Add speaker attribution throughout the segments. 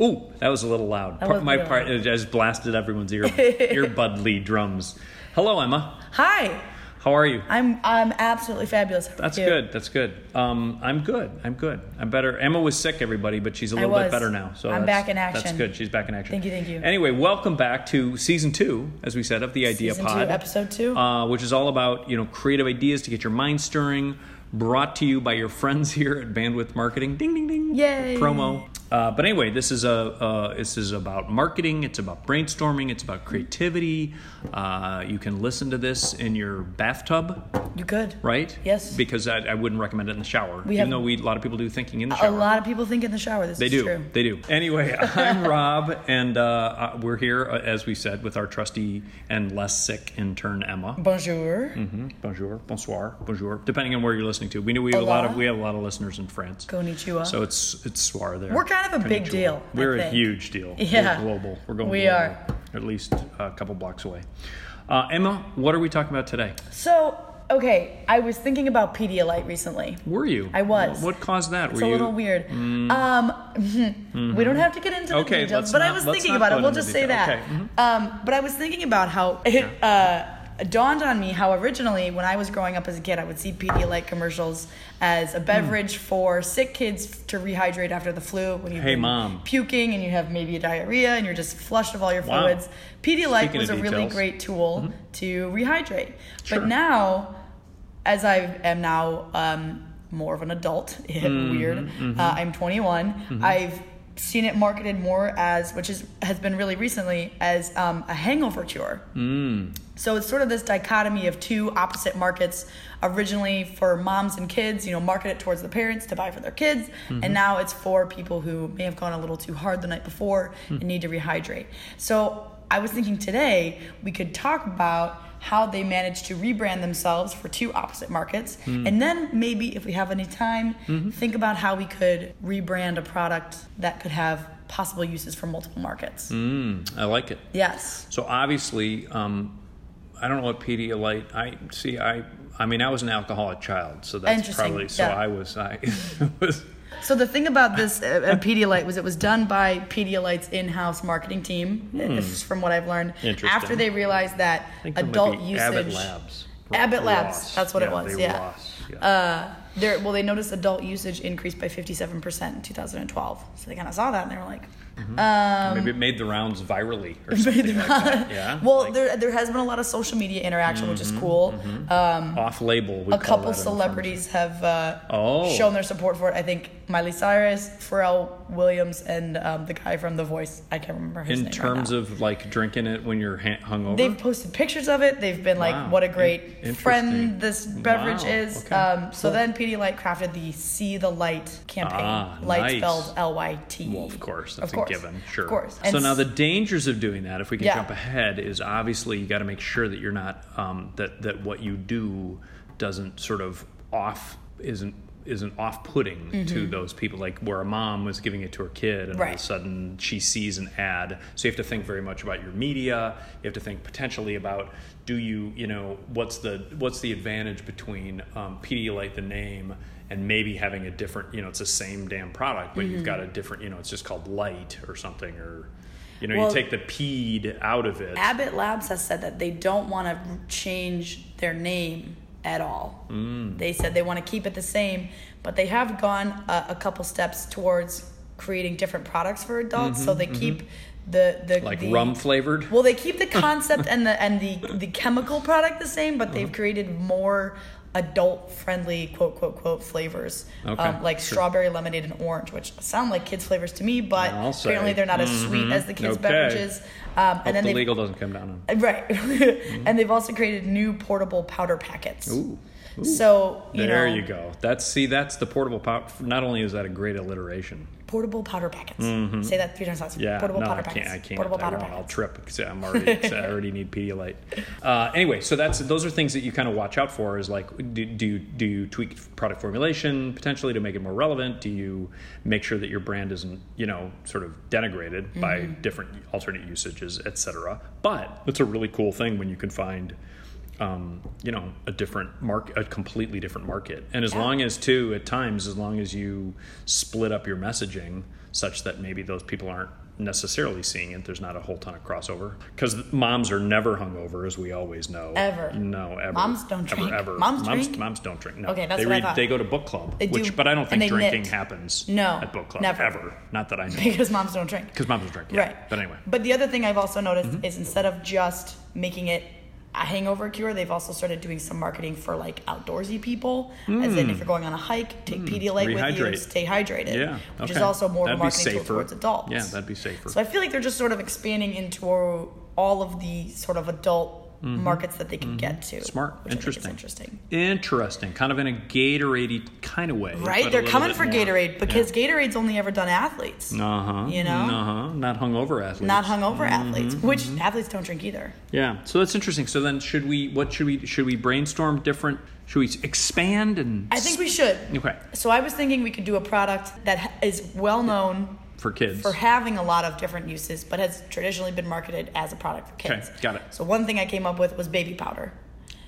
Speaker 1: Ooh, that was a little loud.
Speaker 2: That
Speaker 1: Par-
Speaker 2: was
Speaker 1: my
Speaker 2: real
Speaker 1: part
Speaker 2: loud.
Speaker 1: it just blasted everyone's ear earbudly drums. Hello, Emma.
Speaker 2: Hi,
Speaker 1: How are you?
Speaker 2: I'm I'm absolutely fabulous. How are
Speaker 1: That's
Speaker 2: you?
Speaker 1: good. That's good. Um, I'm good. I'm good. I'm better. Emma was sick, everybody, but she's a little bit
Speaker 2: was.
Speaker 1: better now. So
Speaker 2: I'm
Speaker 1: that's-
Speaker 2: back in
Speaker 1: That's
Speaker 2: action.
Speaker 1: good. She's back in action.
Speaker 2: Thank you, thank you.
Speaker 1: Anyway, welcome back to season two, as we said, of the Idea
Speaker 2: Season two,
Speaker 1: Pod,
Speaker 2: episode two.
Speaker 1: uh, which is all about you know creative ideas to get your mind stirring. Brought to you by your friends here at Bandwidth Marketing. Ding ding ding.
Speaker 2: Yay.
Speaker 1: Promo. Uh, but anyway, this is a uh, this is about marketing. It's about brainstorming. It's about creativity. Uh, you can listen to this in your bathtub
Speaker 2: you good?
Speaker 1: right?
Speaker 2: Yes.
Speaker 1: Because I, I wouldn't recommend it in the shower, even
Speaker 2: We have-
Speaker 1: though we a lot of people do thinking in the
Speaker 2: A
Speaker 1: shower.
Speaker 2: lot of people think in the shower. This
Speaker 1: They
Speaker 2: is
Speaker 1: do.
Speaker 2: true.
Speaker 1: They do. Anyway, I'm Rob, and uh, uh, we're here uh, as we said with our trusty and less sick intern Emma.
Speaker 2: Bonjour.
Speaker 1: hmm Bonjour, bonsoir, bonjour, depending on where you're listening to. We know we have a lot
Speaker 2: Hola.
Speaker 1: of we have a lot of listeners in France,
Speaker 2: Konnichiwa.
Speaker 1: so it's it's soir there.
Speaker 2: We're kind of a big
Speaker 1: Konnichiwa.
Speaker 2: deal, I
Speaker 1: We're a
Speaker 2: think.
Speaker 1: huge deal.
Speaker 2: Yeah.
Speaker 1: We're global. We're going.
Speaker 2: We
Speaker 1: global.
Speaker 2: are.
Speaker 1: At least a couple blocks away. Uh, Emma, what are we talking about today?
Speaker 2: so, okay, I was thinking about Pedialyte recently.
Speaker 1: Were you?
Speaker 2: I was.
Speaker 1: What caused that?
Speaker 2: It's
Speaker 1: Were
Speaker 2: a
Speaker 1: you? Mm.
Speaker 2: little weird. Um, We don't have to get into the
Speaker 1: Okay,
Speaker 2: details,
Speaker 1: let's
Speaker 2: but I
Speaker 1: not-
Speaker 2: was
Speaker 1: let's
Speaker 2: thinking
Speaker 1: not
Speaker 2: about
Speaker 1: go
Speaker 2: it. We'll
Speaker 1: into
Speaker 2: just
Speaker 1: the
Speaker 2: say
Speaker 1: detail.
Speaker 2: that.
Speaker 1: Okay, mm-hmm.
Speaker 2: Um, but I was thinking about how it uh, dawned on me how originally, when I was growing up as a kid, I would see Pedialyte commercials as
Speaker 1: Hmm.
Speaker 2: a beverage for sick kids to rehydrate after the flu when you've
Speaker 1: Hey,
Speaker 2: been
Speaker 1: Mom.
Speaker 2: puking and you have maybe a diarrhea and you're just flushed of all your
Speaker 1: Wow.
Speaker 2: fluids. Pedialyte
Speaker 1: Speaking
Speaker 2: was a
Speaker 1: of
Speaker 2: really
Speaker 1: details. Mm-hmm.
Speaker 2: great tool to rehydrate.
Speaker 1: Sure.
Speaker 2: But now, as I am now um, more of an adult, weird.
Speaker 1: Mm-hmm,
Speaker 2: Uh, I'm 21. I've seen it marketed more as, which is has been really recently, as um, a hangover cure.
Speaker 1: Mm,
Speaker 2: So it's sort of this dichotomy of two opposite markets. Originally for moms and kids, you know, market it towards the parents to buy for their kids, and now it's for people who may have gone a little too hard the night before and need to rehydrate. So I was thinking today we could talk about how they managed to rebrand themselves for two opposite markets, and then maybe if we have any time, think about how we could rebrand a product that could have possible uses for multiple markets.
Speaker 1: mm, I like it.
Speaker 2: Yes.
Speaker 1: So obviously, um, I don't know what Pedialyte. I see. I I mean, I was an alcoholic child, so that's
Speaker 2: Interesting,
Speaker 1: probably so.
Speaker 2: yeah.
Speaker 1: I was. I was.
Speaker 2: So the thing about this uh, uh, Pedialyte was it was done by Pedialyte's in-house marketing team. This is from what I've learned.
Speaker 1: Hmm. Interesting.
Speaker 2: After they realized that
Speaker 1: I think there might
Speaker 2: adult
Speaker 1: be
Speaker 2: usage,
Speaker 1: Abbott Labs.
Speaker 2: Abbott Labs,
Speaker 1: Ross.
Speaker 2: that's what it
Speaker 1: Yeah,
Speaker 2: was,
Speaker 1: They
Speaker 2: yeah.
Speaker 1: Ross, yeah.
Speaker 2: there uh, well they noticed adult usage increased by 57 percent in 2012. So they kind of saw that and they were like, Um,
Speaker 1: Maybe it made the rounds virally or something like that. Yeah.
Speaker 2: well,
Speaker 1: Like Mm-hmm,
Speaker 2: there there has been a lot of social media interaction, which is cool.
Speaker 1: off-label. We
Speaker 2: a couple celebrities have uh,
Speaker 1: Oh.
Speaker 2: shown their support for it. I think Miley Cyrus, Pharrell Williams, and um, the guy from The Voice. I can't remember his
Speaker 1: In
Speaker 2: name.
Speaker 1: terms
Speaker 2: right now.
Speaker 1: of like drinking it when you're ha- hungover.
Speaker 2: They've posted pictures of it. They've been like,
Speaker 1: Wow.
Speaker 2: "What a
Speaker 1: In-
Speaker 2: great
Speaker 1: interesting.
Speaker 2: friend this beverage
Speaker 1: Wow.
Speaker 2: is."
Speaker 1: Okay.
Speaker 2: Um, so
Speaker 1: Cool.
Speaker 2: then, Pedialyte crafted the "See the Light" campaign.
Speaker 1: Ah,
Speaker 2: light
Speaker 1: nice.
Speaker 2: spelled L Y T.
Speaker 1: Well, of course, that's
Speaker 2: Of course.
Speaker 1: a given. Sure.
Speaker 2: Of course.
Speaker 1: so
Speaker 2: And
Speaker 1: now
Speaker 2: s-
Speaker 1: the dangers of doing that, if we can
Speaker 2: Yeah.
Speaker 1: jump ahead, is obviously you got to make sure that you're not um, that that what you do doesn't sort of off isn't isn't off-putting to those people like where a mom was giving it to her kid and all of
Speaker 2: Mm-hmm. Right.
Speaker 1: a sudden she sees an ad so you have to think very much about your media you have to think potentially about do you you know what's the what's the advantage between um, pedialyte the name and maybe having a different you know it's the same damn product but you've
Speaker 2: Mm-hmm.
Speaker 1: got a different you know it's just called light or something or you know
Speaker 2: Well-
Speaker 1: you take the peed out of it
Speaker 2: Abbott Labs has said that they don't want to change their name at all.
Speaker 1: Hmm.
Speaker 2: Mm. They said they want to keep it the same, but they have gone a, a couple steps towards creating different products for adults. so they keep the the
Speaker 1: Mm-hmm. like
Speaker 2: the-
Speaker 1: rum flavored
Speaker 2: Well, they keep the concept and the and the the chemical product the same, but
Speaker 1: Uh-huh.
Speaker 2: they've created more adult friendly quote quote quote flavors
Speaker 1: Okay,
Speaker 2: um, like
Speaker 1: sure.
Speaker 2: strawberry lemonade and orange which sound like kids flavors to me
Speaker 1: I'll
Speaker 2: but
Speaker 1: say. Mm-hmm.
Speaker 2: apparently they're not as sweet as the kids
Speaker 1: Okay.
Speaker 2: beverages um, and
Speaker 1: hope
Speaker 2: then
Speaker 1: the
Speaker 2: they've
Speaker 1: legal doesn't come down on
Speaker 2: Right. and they've also created new portable powder packets.
Speaker 1: Ooh. Ooh.
Speaker 2: So, you
Speaker 1: there
Speaker 2: know,
Speaker 1: you go. That's see, that's the portable power. Not only is that a great alliteration,
Speaker 2: portable powder packets. Say that three times fast.
Speaker 1: Mm-hmm. Yeah,
Speaker 2: Portable
Speaker 1: no,
Speaker 2: powder
Speaker 1: I can't.
Speaker 2: packets.
Speaker 1: I can't.
Speaker 2: Portable
Speaker 1: I
Speaker 2: powder
Speaker 1: won't. I'll
Speaker 2: packets.
Speaker 1: trip because I'm already. 'cause I already need Pedialyte. Uh, anyway, so that's those are things that you kind of watch out for. Is like, do, do you do you tweak product formulation potentially to make it more relevant? Do you make sure that your brand isn't you know sort of denigrated by
Speaker 2: Mm-hmm.
Speaker 1: different alternate usages, etc. But it's a really cool thing when you can find um, you know a different market, a completely different market. And as
Speaker 2: Yeah.
Speaker 1: long as too, at times, as long as you split up your messaging such that maybe those people aren't necessarily seeing it, there's not a whole ton of crossover because moms are never hungover, as we always know.
Speaker 2: Ever.
Speaker 1: No, ever.
Speaker 2: Moms don't
Speaker 1: ever,
Speaker 2: drink.
Speaker 1: Ever.
Speaker 2: Moms drink?
Speaker 1: Moms don't drink. No.
Speaker 2: Okay, that's
Speaker 1: they
Speaker 2: what I thought.
Speaker 1: They go to book club,
Speaker 2: They do,
Speaker 1: which, but I don't
Speaker 2: and
Speaker 1: think
Speaker 2: they
Speaker 1: drinking
Speaker 2: knit.
Speaker 1: happens.
Speaker 2: No,
Speaker 1: At book club,
Speaker 2: never.
Speaker 1: ever. Not that I know.
Speaker 2: because moms don't drink.
Speaker 1: Because moms don't drink. Yeah.
Speaker 2: Right.
Speaker 1: But anyway. Mm-hmm.
Speaker 2: But the other thing I've also noticed is instead of just making it a hangover cure, they've also started doing some marketing for like outdoorsy people. As in, if you're going on a hike, take Pedialyte with you,
Speaker 1: Mm. Rehydrate.
Speaker 2: stay hydrated.
Speaker 1: Yeah.
Speaker 2: Which is
Speaker 1: okay.
Speaker 2: also more
Speaker 1: That'd
Speaker 2: of a
Speaker 1: be
Speaker 2: marketing tool
Speaker 1: safer.
Speaker 2: towards adults.
Speaker 1: Yeah, that'd be safer.
Speaker 2: So I feel like they're just sort of expanding into all of the sort of adult markets that they can get to.
Speaker 1: Mm-hmm. Smart.
Speaker 2: which I think is
Speaker 1: Interesting.
Speaker 2: interesting.
Speaker 1: Interesting, kind of in a Gatorade kind of way.
Speaker 2: Right?
Speaker 1: but a
Speaker 2: They're
Speaker 1: little
Speaker 2: coming
Speaker 1: bit
Speaker 2: for
Speaker 1: more.
Speaker 2: Gatorade because Gatorade's only ever done athletes,
Speaker 1: Yeah. Uh huh.
Speaker 2: you know?
Speaker 1: Uh huh. Not hungover athletes.
Speaker 2: not hungover
Speaker 1: Mm-hmm.
Speaker 2: athletes, which athletes don't drink either.
Speaker 1: Yeah. So that's interesting. So then, should we? What should we? Should we brainstorm different? Should we expand and?
Speaker 2: I think we should.
Speaker 1: Okay.
Speaker 2: So I was thinking we could do a product that ha- is well known
Speaker 1: For kids.
Speaker 2: for having a lot of different uses, but has traditionally been marketed as a product for kids.
Speaker 1: Okay, got it.
Speaker 2: So one thing I came up with was baby powder.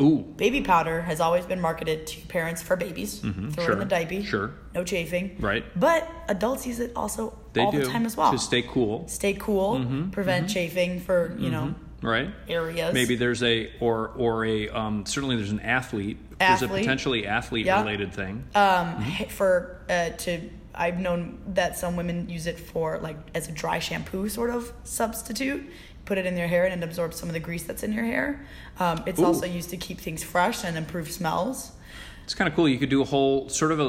Speaker 1: Ooh.
Speaker 2: Baby powder has always been marketed to parents for babies. Throw it
Speaker 1: Mm-hmm, sure,
Speaker 2: in the diaper.
Speaker 1: sure.
Speaker 2: No chafing.
Speaker 1: Right.
Speaker 2: But adults use it also
Speaker 1: They
Speaker 2: all
Speaker 1: do
Speaker 2: the time as well.
Speaker 1: to stay cool,
Speaker 2: Stay cool, prevent chafing for, you know,
Speaker 1: right?
Speaker 2: areas.
Speaker 1: Mm-hmm. Maybe there's a or or a um, certainly there's an athlete. There's a
Speaker 2: Athlete.
Speaker 1: potentially athlete
Speaker 2: Yeah.
Speaker 1: related thing. Mm-hmm.
Speaker 2: um, h- for uh, to I've known that some women use it for like as a dry shampoo sort of substitute. Put it in your hair and it absorbs some of the grease that's in your hair. Um, it's
Speaker 1: Ooh.
Speaker 2: also used to keep things fresh and improve smells.
Speaker 1: It's kind of cool. You could do a whole sort of a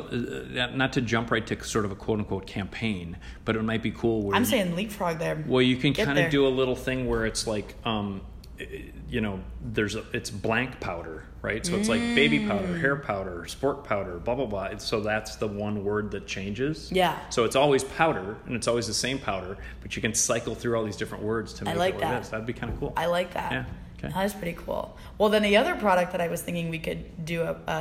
Speaker 1: uh, not to jump right to sort of a quote unquote campaign, but it might be cool. Where
Speaker 2: I'm
Speaker 1: you-
Speaker 2: saying leapfrog there.
Speaker 1: Well, you can
Speaker 2: Get
Speaker 1: kind of
Speaker 2: there.
Speaker 1: do a little thing where it's like, um, i- i- you know, there's a, it's blank powder, right? So it's like baby powder, hair
Speaker 2: Mm.
Speaker 1: powder, sport powder, blah blah blah. And so that's the one word that changes.
Speaker 2: Yeah.
Speaker 1: So it's always powder, and it's always the same powder, but you can cycle through all these different words to make
Speaker 2: like
Speaker 1: it what
Speaker 2: that.
Speaker 1: it is. That'd be kind of cool.
Speaker 2: I like that.
Speaker 1: Yeah, okay.
Speaker 2: That is pretty cool. Well, then the other product that I was thinking we could do a, a,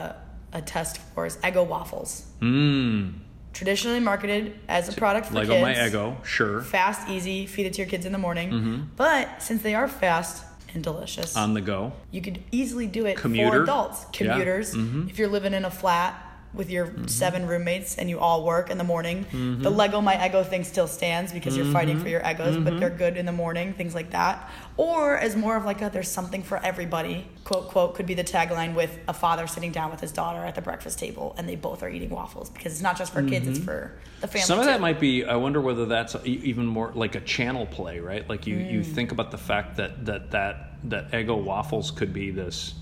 Speaker 2: a test for is Eggo waffles.
Speaker 1: Mmm.
Speaker 2: Traditionally marketed as a product for
Speaker 1: Lego
Speaker 2: kids.
Speaker 1: my ego, sure.
Speaker 2: fast, easy, feed it to your kids in the morning.
Speaker 1: Mm-hmm.
Speaker 2: But since they are fast and delicious,
Speaker 1: On the go.
Speaker 2: you could easily do it for
Speaker 1: Um, Commuter.
Speaker 2: adults,
Speaker 1: Yeah. Mm-hmm.
Speaker 2: commuters. If you're living in a flat with your seven roommates and you all work in the morning,
Speaker 1: Mm-hmm.
Speaker 2: the Lego My Ego thing still stands because you're fighting for your egos,
Speaker 1: Mm-hmm.
Speaker 2: but they're good in the morning, things like that. Or as more of like a there's something for everybody, quote, quote, could be the tagline with a father sitting down with his daughter at the breakfast table and they both are eating waffles because it's not just for kids, it's for the family.
Speaker 1: Mm-hmm. Some of
Speaker 2: too.
Speaker 1: that might be. I wonder whether that's e- even more like a channel play, right? Like you,
Speaker 2: Mm.
Speaker 1: you think about the fact that that that that Eggo waffles could be this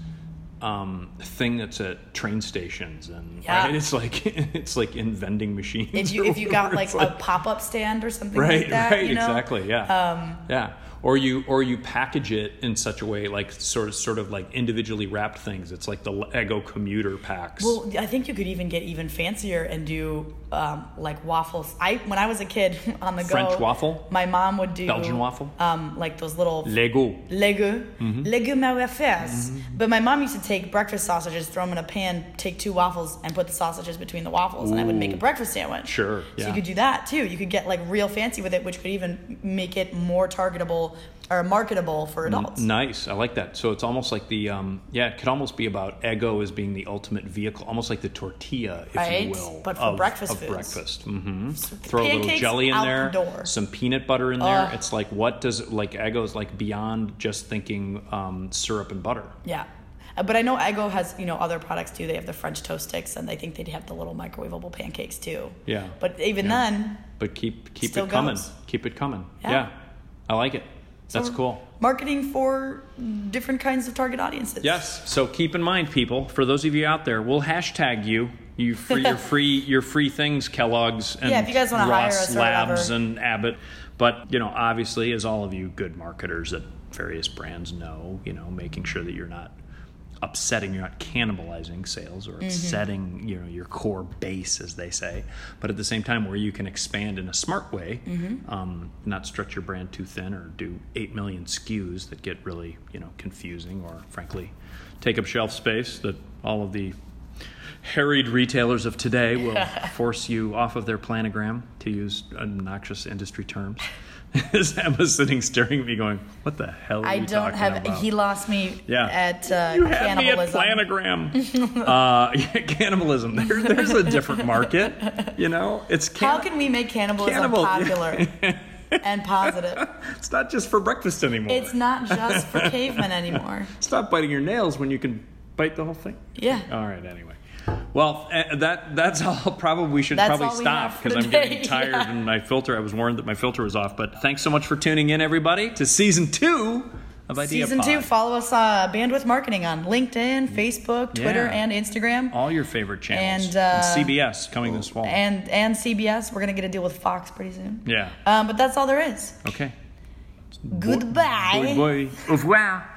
Speaker 1: um, thing that's at train stations and
Speaker 2: Yeah.
Speaker 1: right? it's like it's like in vending machines.
Speaker 2: if you
Speaker 1: or
Speaker 2: if you got
Speaker 1: whatever.
Speaker 2: like
Speaker 1: It's
Speaker 2: a pop up stand or something
Speaker 1: right,
Speaker 2: like that,
Speaker 1: right,
Speaker 2: you know? Um,
Speaker 1: exactly, yeah, yeah. Or you or you package it in such a way, like sort of sort of like individually wrapped things. It's like the Eggo commuter packs.
Speaker 2: Well, I think you could even get even fancier and do um, like waffles. I when I was a kid on the go,
Speaker 1: French waffle?
Speaker 2: My mom would do
Speaker 1: Belgian waffle? Mm-hmm.
Speaker 2: um, like those little
Speaker 1: Lego.
Speaker 2: Legu, legume à la fesse.
Speaker 1: Mm-hmm.
Speaker 2: But my mom used to take breakfast sausages, throw them in a pan, take two waffles, and put the sausages between the waffles, and I would make a
Speaker 1: Ooh.
Speaker 2: breakfast sandwich.
Speaker 1: Sure,
Speaker 2: So you
Speaker 1: yeah.
Speaker 2: could do that too. You could get like real fancy with it, which could even make it more targetable or marketable for adults.
Speaker 1: Nice, I like that. So it's almost like the um, yeah, it could almost be about ego as being the ultimate vehicle, almost like the tortilla, if
Speaker 2: Right,
Speaker 1: you will,
Speaker 2: but for
Speaker 1: of,
Speaker 2: breakfast
Speaker 1: of
Speaker 2: foods.
Speaker 1: breakfast. hmm Throw a little
Speaker 2: pancakes
Speaker 1: jelly in
Speaker 2: out
Speaker 1: there,
Speaker 2: the door.
Speaker 1: some peanut butter in there.
Speaker 2: Ugh.
Speaker 1: It's like what does like ego is like beyond just thinking um, syrup and butter.
Speaker 2: Yeah. Uh, But I know Eggo has, you know, other products too. They have the French toast sticks and I think they'd have the little microwavable pancakes too.
Speaker 1: Yeah.
Speaker 2: But even
Speaker 1: Yeah.
Speaker 2: then,
Speaker 1: But keep keep
Speaker 2: Still
Speaker 1: it coming,
Speaker 2: goes.
Speaker 1: keep it coming.
Speaker 2: Yeah.
Speaker 1: Yeah. I like it. That's cool.
Speaker 2: marketing for different kinds of target audiences.
Speaker 1: Yes. So keep in mind, people. For those of you out there, we'll hashtag you. You free, your free your free things, Kellogg's and
Speaker 2: Yeah, if you guys wanna hire
Speaker 1: Ross
Speaker 2: us or
Speaker 1: Labs
Speaker 2: whatever.
Speaker 1: and Abbott. But you know, obviously, as all of you good marketers at various brands know, you know, making sure that you're not upsetting, you're not cannibalizing sales
Speaker 2: Mm-hmm.
Speaker 1: or upsetting, you know, your core base, as they say. But at the same time, where you can expand in a smart way,
Speaker 2: Mm-hmm.
Speaker 1: um, not stretch your brand too thin or do eight million SKUs that get really, you know, confusing or frankly take up shelf space that all of the harried retailers of today will force you off of their planogram to use obnoxious industry terms. is Emma sitting staring at me going, What the hell are
Speaker 2: I
Speaker 1: you
Speaker 2: don't
Speaker 1: talking
Speaker 2: have.
Speaker 1: about?
Speaker 2: He lost me
Speaker 1: Yeah.
Speaker 2: at uh,
Speaker 1: you had me at
Speaker 2: cannibalism.
Speaker 1: planogram. uh, yeah, cannibalism. There, there's a different market, you know? It's
Speaker 2: How
Speaker 1: can-
Speaker 2: can we make cannibalism
Speaker 1: Cannibal-
Speaker 2: popular and positive?
Speaker 1: it's not just for breakfast anymore.
Speaker 2: It's not just for cavemen anymore.
Speaker 1: Stop biting your nails when you can bite the whole thing.
Speaker 2: Yeah.
Speaker 1: All right. Anyway, well, eh, that that's all. Probably we should
Speaker 2: That's all
Speaker 1: probably
Speaker 2: we
Speaker 1: stop
Speaker 2: have for
Speaker 1: because I'm
Speaker 2: today,
Speaker 1: getting tired
Speaker 2: yeah.
Speaker 1: and my filter. I was warned that my filter was off. But thanks so much for tuning in, everybody, to season two of Idea
Speaker 2: Season
Speaker 1: Pod.
Speaker 2: two, follow us uh, Bandwidth Marketing on LinkedIn, Facebook, Twitter,
Speaker 1: Yeah.
Speaker 2: and Instagram.
Speaker 1: all your favorite channels
Speaker 2: And, uh,
Speaker 1: CBS coming this fall.
Speaker 2: And and CBS. We're gonna get a deal with Fox pretty soon.
Speaker 1: yeah.
Speaker 2: Um, but that's all there is.
Speaker 1: Okay.
Speaker 2: Goodbye.
Speaker 1: Boy, boy. Au revoir.